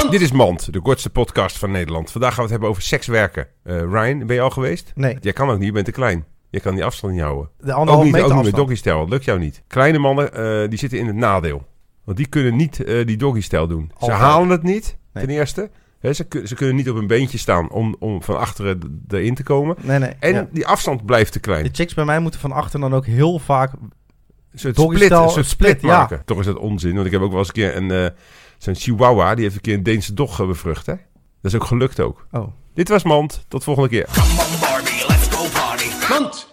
Dit, dit is Mand, de kortste podcast van Nederland. Vandaag gaan we het hebben over sekswerken. Eh, Ryan, ben je al geweest? Nee, Jij kan ook niet, je bent te klein. Je kan die afstand niet houden. de Ook anderhalf niet, meter ook niet met afstand. doggystijl, dat lukt jou niet. Kleine mannen, eh, die zitten in het nadeel. Want die kunnen niet eh, die doggystijl doen. Ze Altijd. halen het niet, Nee. ten eerste. Hè, ze, kun- ze kunnen niet op hun beentje staan om, om van achteren d- erin te komen. Nee, nee. En ja. die afstand blijft te klein. De chicks bij mij moeten van achter dan ook heel vaak... Een soort Doggystyle, split, een soort een split, split, ja. maken. Toch is dat onzin, want ik heb ook wel eens een keer een... eh, Zo'n chihuahua, die heeft een keer een Deense dog eh, bevrucht, hè? Dat is ook gelukt ook. Oh. Dit was Mand, tot volgende keer. Come on, Barbie, let's go party. Mand.